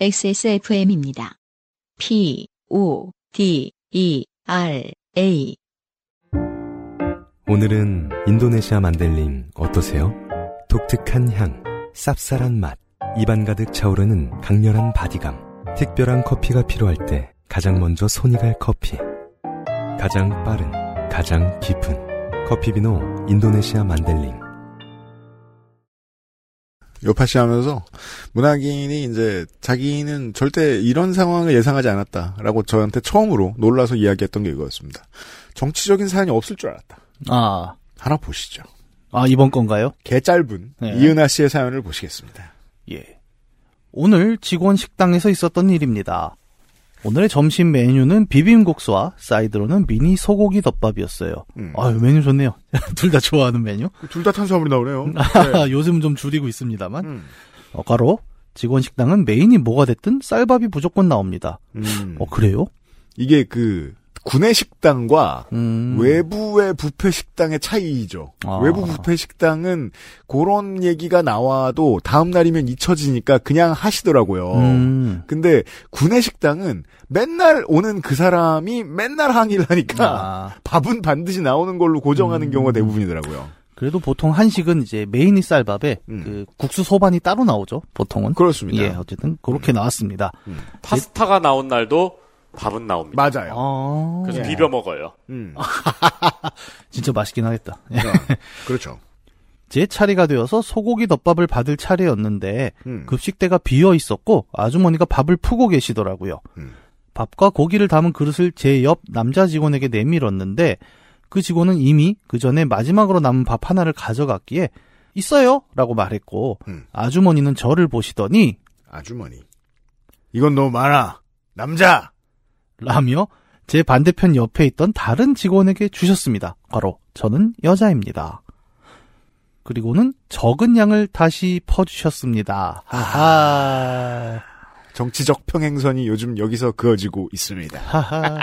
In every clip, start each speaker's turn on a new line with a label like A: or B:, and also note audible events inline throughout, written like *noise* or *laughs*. A: XSFM입니다. P, O, D, E, R, A.
B: 오늘은 인도네시아 만델링 어떠세요? 독특한 향, 쌉쌀한 맛, 입안 가득 차오르는 강렬한 바디감. 특별한 커피가 필요할 때 가장 먼저 손이 갈 커피. 가장 빠른, 가장 깊은. 커피비노 인도네시아 만델링.
C: 요파시하면서 문학인이 이제 자기는 절대 이런 상황을 예상하지 않았다라고 저한테 처음으로 놀라서 이야기했던 게 이거였습니다. 정치적인 사연이 없을 줄 알았다.
D: 아,
C: 하나 보시죠.
D: 아 이번 건가요?
C: 개 짧은
D: 네.
C: 이은하 씨의 사연을 보시겠습니다.
D: 예. 오늘 직원 식당에서 있었던 일입니다. 오늘의 점심 메뉴는 비빔국수와 사이드로는 미니 소고기 덮밥이었어요.
C: 음.
D: 아유, 메뉴 좋네요. *laughs* 둘 다 좋아하는 메뉴.
C: 그
D: 아,
C: 둘 다 탄수화물이 나오네요.
D: 음. 요즘은 좀 줄이고 있습니다만.
C: 음.
D: 어, 가로 직원 식당은 메인이 뭐가 됐든 쌀밥이 무조건 나옵니다.
C: 음.
D: 어, 그래요?
C: 이게 그 군의 식당과
D: 음.
C: 외부의 부페 식당의 차이죠.
D: 아.
C: 외부 부페 식당은 그런 얘기가 나와도 다음 날이면 잊혀지니까 그냥 하시더라고요.
D: 음.
C: 근데 군의 식당은 맨날 오는 그 사람이 맨날 항의를 하니까
D: 아,
C: 밥은 반드시 나오는 걸로 고정하는
D: 음.
C: 경우가 대부분이더라고요.
D: 그래도 보통 한식은 이제 메인이 쌀밥에
C: 음.
D: 그 국수 소반이 따로 나오죠. 보통은.
C: 그렇습니다. 음.
D: 예, 어쨌든 그렇게 나왔습니다.
E: 파스타가 나온 날도 밥은 나옵니다.
C: 맞아요.
D: 아,
E: 그래서
C: 예.
E: 비벼 먹어요.
C: 음.
D: 진짜 맛있긴 하겠다. 예.
C: 어, 그렇죠.
D: 제 차례가 되어서 소고기 덮밥을 받을 차례였는데
C: 음.
D: 급식대가 비어 있었고 아주머니가 밥을 푸고 계시더라고요.
C: 음.
D: 밥과 고기를 담은 그릇을 제 옆 남자 직원에게 내밀었는데 그 직원은 이미 그 전에 마지막으로 남은 밥 하나를 가져갔기에 있어요! 라고 말했고
C: 음.
D: 아주머니는 저를 보시더니
C: 아주머니. 이건 너무 많아. 남자.
D: 라며 제 반대편 옆에 있던 다른 직원에게 주셨습니다. 바로 저는 여자입니다. 그리고는 적은 양을 다시 퍼주셨습니다. 하하.
C: 정치적 평행선이 요즘 여기서 그어지고 있습니다.
D: 하하.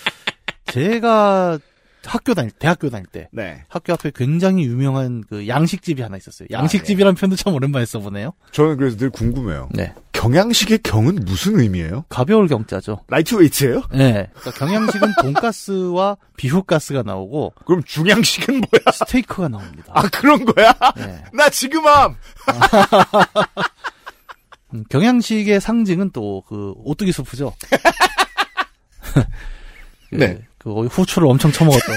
D: *laughs* 제가 학교 다닐 대학교 다닐 때
C: 네.
D: 학교 앞에 굉장히 유명한 그 양식집이 하나 있었어요. 양식집이라는 표현도 참 오랜만에 써보네요.
C: 저는 그래서 늘 궁금해요.
D: 네.
C: 경양식의 경은 무슨 의미예요?
D: 가벼울 경자죠.
C: 라이트웨이트예요?
D: 네. 그러니까 경양식은 돈가스와 비후가스가 나오고
C: 그럼 중양식은 뭐야?
D: 스테이크가 나옵니다.
C: 아 *laughs* 그런 거야?
D: 네.
C: 나 지금 함.
D: 음, 경양식의 상징은 또 그 오뚜기 수프죠.
C: *laughs*
D: 그,
C: 네.
D: 그 후추를
C: *laughs*
D: 엄청 처먹었던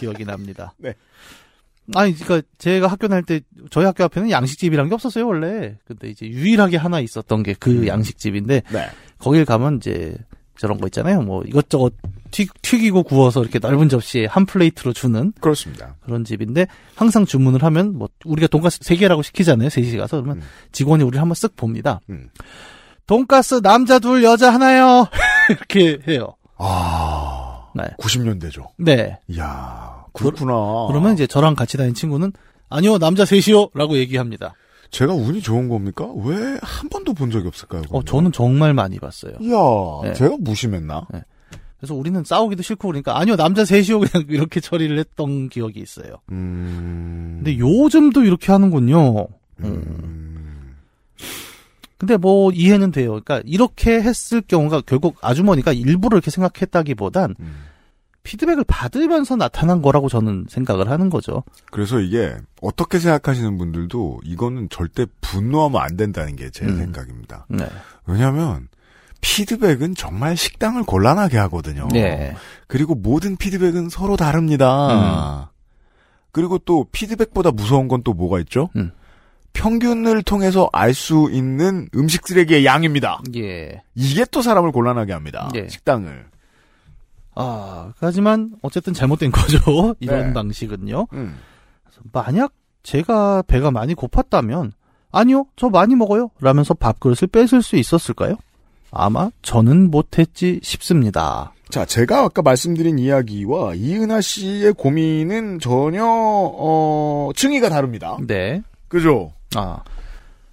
D: 기억이 납니다.
C: 네.
D: 아니, 그러니까 제가 학교 다닐 때 저희 학교 앞에는 양식집이란 게 없었어요 원래. 근데 이제 유일하게 하나 있었던 게 그 양식집인데
C: 음. 네.
D: 거길 가면 이제 저런 거 있잖아요. 뭐 이것저것 튀, 튀기고 구워서 이렇게 넓은 접시에 한 플레이트로 주는
C: 그렇습니다.
D: 그런 집인데 항상 주문을 하면 뭐 우리가 돈가스 세 개라고 시키잖아요. 셋이 가서 그러면
C: 음.
D: 직원이 우리를 한번 쓱 봅니다.
C: 음.
D: 돈가스 남자 둘 여자 하나요. *laughs* 이렇게 해요.
C: 아
D: 네.
C: 90년대죠.
D: 네.
C: 이야 그렇구나.
D: 그러면 이제 저랑 같이 다닌 친구는 아니요 남자 셋이요라고 얘기합니다.
C: 제가 운이 좋은 겁니까? 왜 한 번도 본 적이 없을까요?
D: 어
C: 그러면?
D: 저는 정말 많이 봤어요.
C: 이야
D: 네.
C: 제가 무심했나?
D: 그래서 우리는 싸우기도 싫고 그러니까 아니요 남자 셋이요 그냥 *laughs* 이렇게 처리를 했던 기억이 있어요.
C: 음.
D: 근데 요즘도 이렇게 하는군요. 음.
C: 음.
D: 근데 뭐 이해는 돼요. 그러니까 이렇게 했을 경우가 결국 아주머니가 일부러 이렇게 생각했다기보단
C: 음.
D: 피드백을 받으면서 나타난 거라고 저는 생각을 하는 거죠.
C: 그래서 이게 어떻게 생각하시는 분들도 이거는 절대 분노하면 안 된다는 게 제
D: 음.
C: 생각입니다.
D: 네.
C: 왜냐하면 피드백은 정말 식당을 곤란하게 하거든요.
D: 네. 어.
C: 그리고 모든 피드백은 서로
D: 음.
C: 다릅니다. 그리고 또 피드백보다 무서운 건 또 뭐가 있죠?
D: 음.
C: 평균을 통해서 알 수 있는 음식 쓰레기의 양입니다.
D: 예.
C: 이게 또 사람을 곤란하게 합니다.
D: 예.
C: 식당을.
D: 아, 하지만 어쨌든 잘못된 거죠. *laughs* 이런
C: 네.
D: 방식은요.
C: 음.
D: 만약 제가 배가 많이 고팠다면 아니요, 저 많이 먹어요. 라면서 밥그릇을 뺏을 수 있었을까요? 아마 저는 못했지 싶습니다.
C: 자, 제가 아까 말씀드린 이야기와 이은하 씨의 고민은 전혀 어, 층위가 다릅니다.
D: 네.
C: 그죠?
D: 아.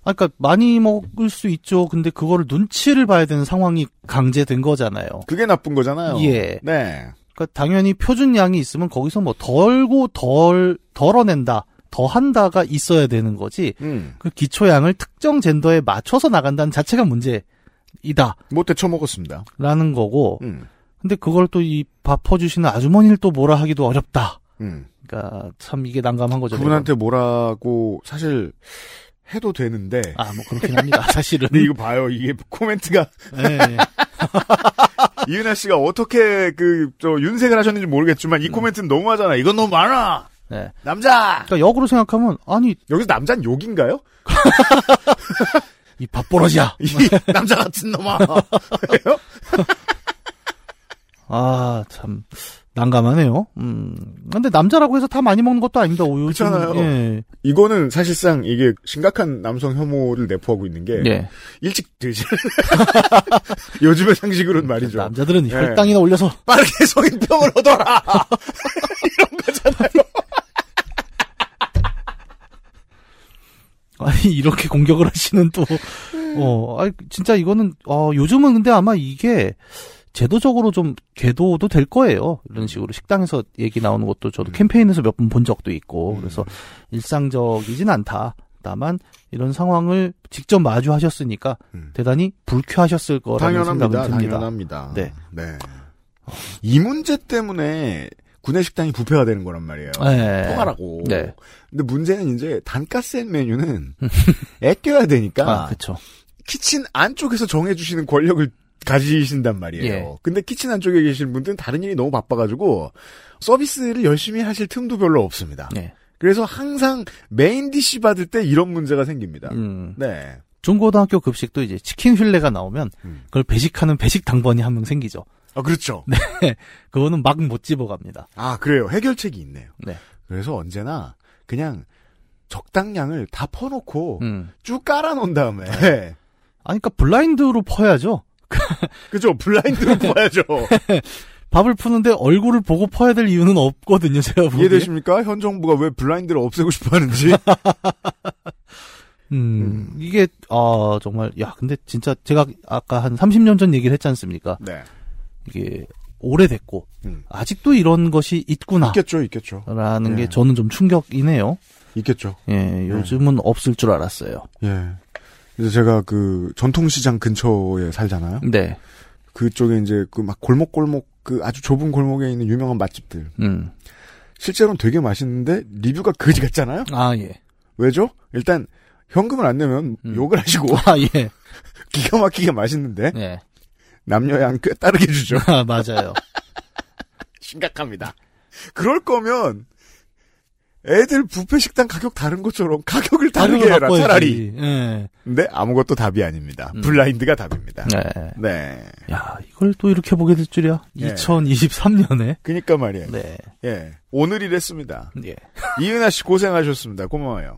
D: 아, 그러니까 많이 먹을 수 있죠. 근데 그거를 눈치를 봐야 되는 상황이 강제된 거잖아요.
C: 그게 나쁜 거잖아요.
D: 예.
C: 네.
D: 그러니까 당연히 표준 양이 있으면 거기서 뭐 덜고 덜 덜어낸다. 더한다가 있어야 되는 거지
C: 음.
D: 그 기초양을 특정 젠더에 맞춰서 나간다는 자체가 문제이다라는
C: 못 데쳐먹었습니다.
D: 어. 거고
C: 음.
D: 근데 그걸 또 이 밥 퍼주시는 아주머니를 또 뭐라 하기도 어렵다.
C: 음.
D: 그러니까 참 이게 난감한 거죠.
C: 그분한테 뭐라고 사실 해도 되는데.
D: 내가. 아, 뭐
C: *laughs*
D: 그렇긴 합니다. 사실은.
C: 근데 네, 이거 봐요. 이게 코멘트가 *laughs*
D: 예, 예.
C: 이은하 씨가 어떻게 그 저 윤색을 하셨는지 모르겠지만 이 코멘트는 너무하잖아. 이건 너무 많아.
D: 네.
C: 남자.
D: 그러니까 역으로 생각하면 아니
C: 여기서 남자는 욕인가요?
D: 이 밥버러지야.
C: *laughs* 이 남자 같은 놈아. *laughs* 그래요?
D: 아, 참 난감하네요. 음. 근데 남자라고 해서 다 많이 먹는 것도 아닙니다. 오요.
C: 그렇잖아요.
D: 예.
C: 이거는 사실상 이게 심각한 남성 혐오를 내포하고 있는 게
D: 예.
C: 일찍 되지. *laughs* 요즘의 상식으로는 말이죠.
D: 남자들은
C: 예.
D: 혈당이나 올려서 *laughs*
C: 빠르게 성인병을 얻어라.
D: 아니 이렇게 공격을 하시는 또어 아니 진짜 이거는 어 요즘은 근데 아마 이게 제도적으로 좀 계도도 될 거예요 이런 식으로 식당에서 얘기 나오는 것도 저도
C: 음.
D: 캠페인에서 몇 번 본 적도 있고 그래서 일상적이진 않다 다만 이런 상황을 직접 마주하셨으니까
C: 음.
D: 대단히 불쾌하셨을 거라는
C: 당연합니다.
D: 생각이 듭니다
C: 당연합니다.
D: 네.
C: 네. 이 문제 때문에 구내식당이 부패가 되는 거란 말이에요.
D: 네.
C: 통하라고.
D: 네.
C: 근데 문제는 이제 단가 센 메뉴는 *laughs* 아껴야 되니까
D: 아 그쵸
C: 키친 안쪽에서 정해주시는 권력을 가지신단 말이에요.
D: 예.
C: 근데 키친 안쪽에 계신 분들은 다른 일이 너무 바빠가지고 서비스를 열심히 하실 틈도 별로 없습니다.
D: 네.
C: 그래서 항상 메인 디시 받을 때 이런 문제가 생깁니다.
D: 음.
C: 네.
D: 중고등학교 급식도 이제 치킨 휠레가 나오면
C: 음.
D: 그걸 배식하는 배식 당번이 한 명 생기죠
C: 아 그렇죠.
D: 네. 그거는 막 못 집어갑니다
C: 아 그래요. 해결책이 있네요.
D: 네.
C: 그래서 언제나 그냥 적당량을 다 퍼놓고
D: 음. 네.
C: 쭉 깔아놓은 다음에
D: 아니, 그니까 블라인드로 퍼야죠.
C: *laughs* 그죠
D: *laughs*
C: 블라인드로 퍼야죠.
D: 밥을 푸는데 얼굴을 보고 퍼야 될 이유는 없거든요, 제가 보기에.
C: 이해되십니까? 현 정부가 왜 블라인드를 없애고 싶어하는지.
D: 음, 이게, 아, 정말, 야, 근데 진짜 제가 아까 한 30년 전 얘기를 했지 않습니까?
C: 네.
D: 이게, 오래됐고,
C: 음.
D: 아직도 이런 것이 있구나.
C: 있겠죠, 있겠죠,
D: 라는
C: 예. 음.
D: 게 저는 좀 충격이네요.
C: 있겠죠.
D: 예, 요즘은 없을 줄 알았어요.
C: 예. 이제 제가 그 전통시장 근처에 살잖아요.
D: 네.
C: 그쪽에 이제 그 막 골목골목 그 아주 좁은 골목에 있는 유명한 맛집들.
D: 음.
C: 실제로는 되게 맛있는데 리뷰가 거지 같잖아요.
D: 아, 예.
C: 왜죠? 일단 현금을 안 내면
D: 음.
C: 욕을 하시고 *laughs*
D: 아, 예.
C: 기가 막히게 맛있는데
D: 네. *laughs*
C: 남녀양 꽤 따르게 주죠.
D: 아, 맞아요.
C: 심각합니다. 그럴 거면 애들 부페 식당 가격 다른 것처럼 가격을 다르게
D: 가격을
C: 해라
D: 바꿔야지.
C: 차라리.
D: 예.
C: 근데 아무것도 답이 아닙니다.
D: 음.
C: 블라인드가 답입니다.
D: 네.
C: 네.
D: 야, 이걸 또 이렇게 보게 될 줄이야.
C: 예.
D: 2023년에.
C: 그니까 말이에요.
D: 네.
C: 예. 오늘이랬습니다.
D: 예.
C: 이은하 씨 고생하셨습니다. 고마워요.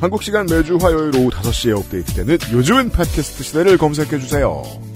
C: 한국 시간 매주 화요일 오후 5시에 업데이트되는 요즘은 팟캐스트 시대를 검색해주세요.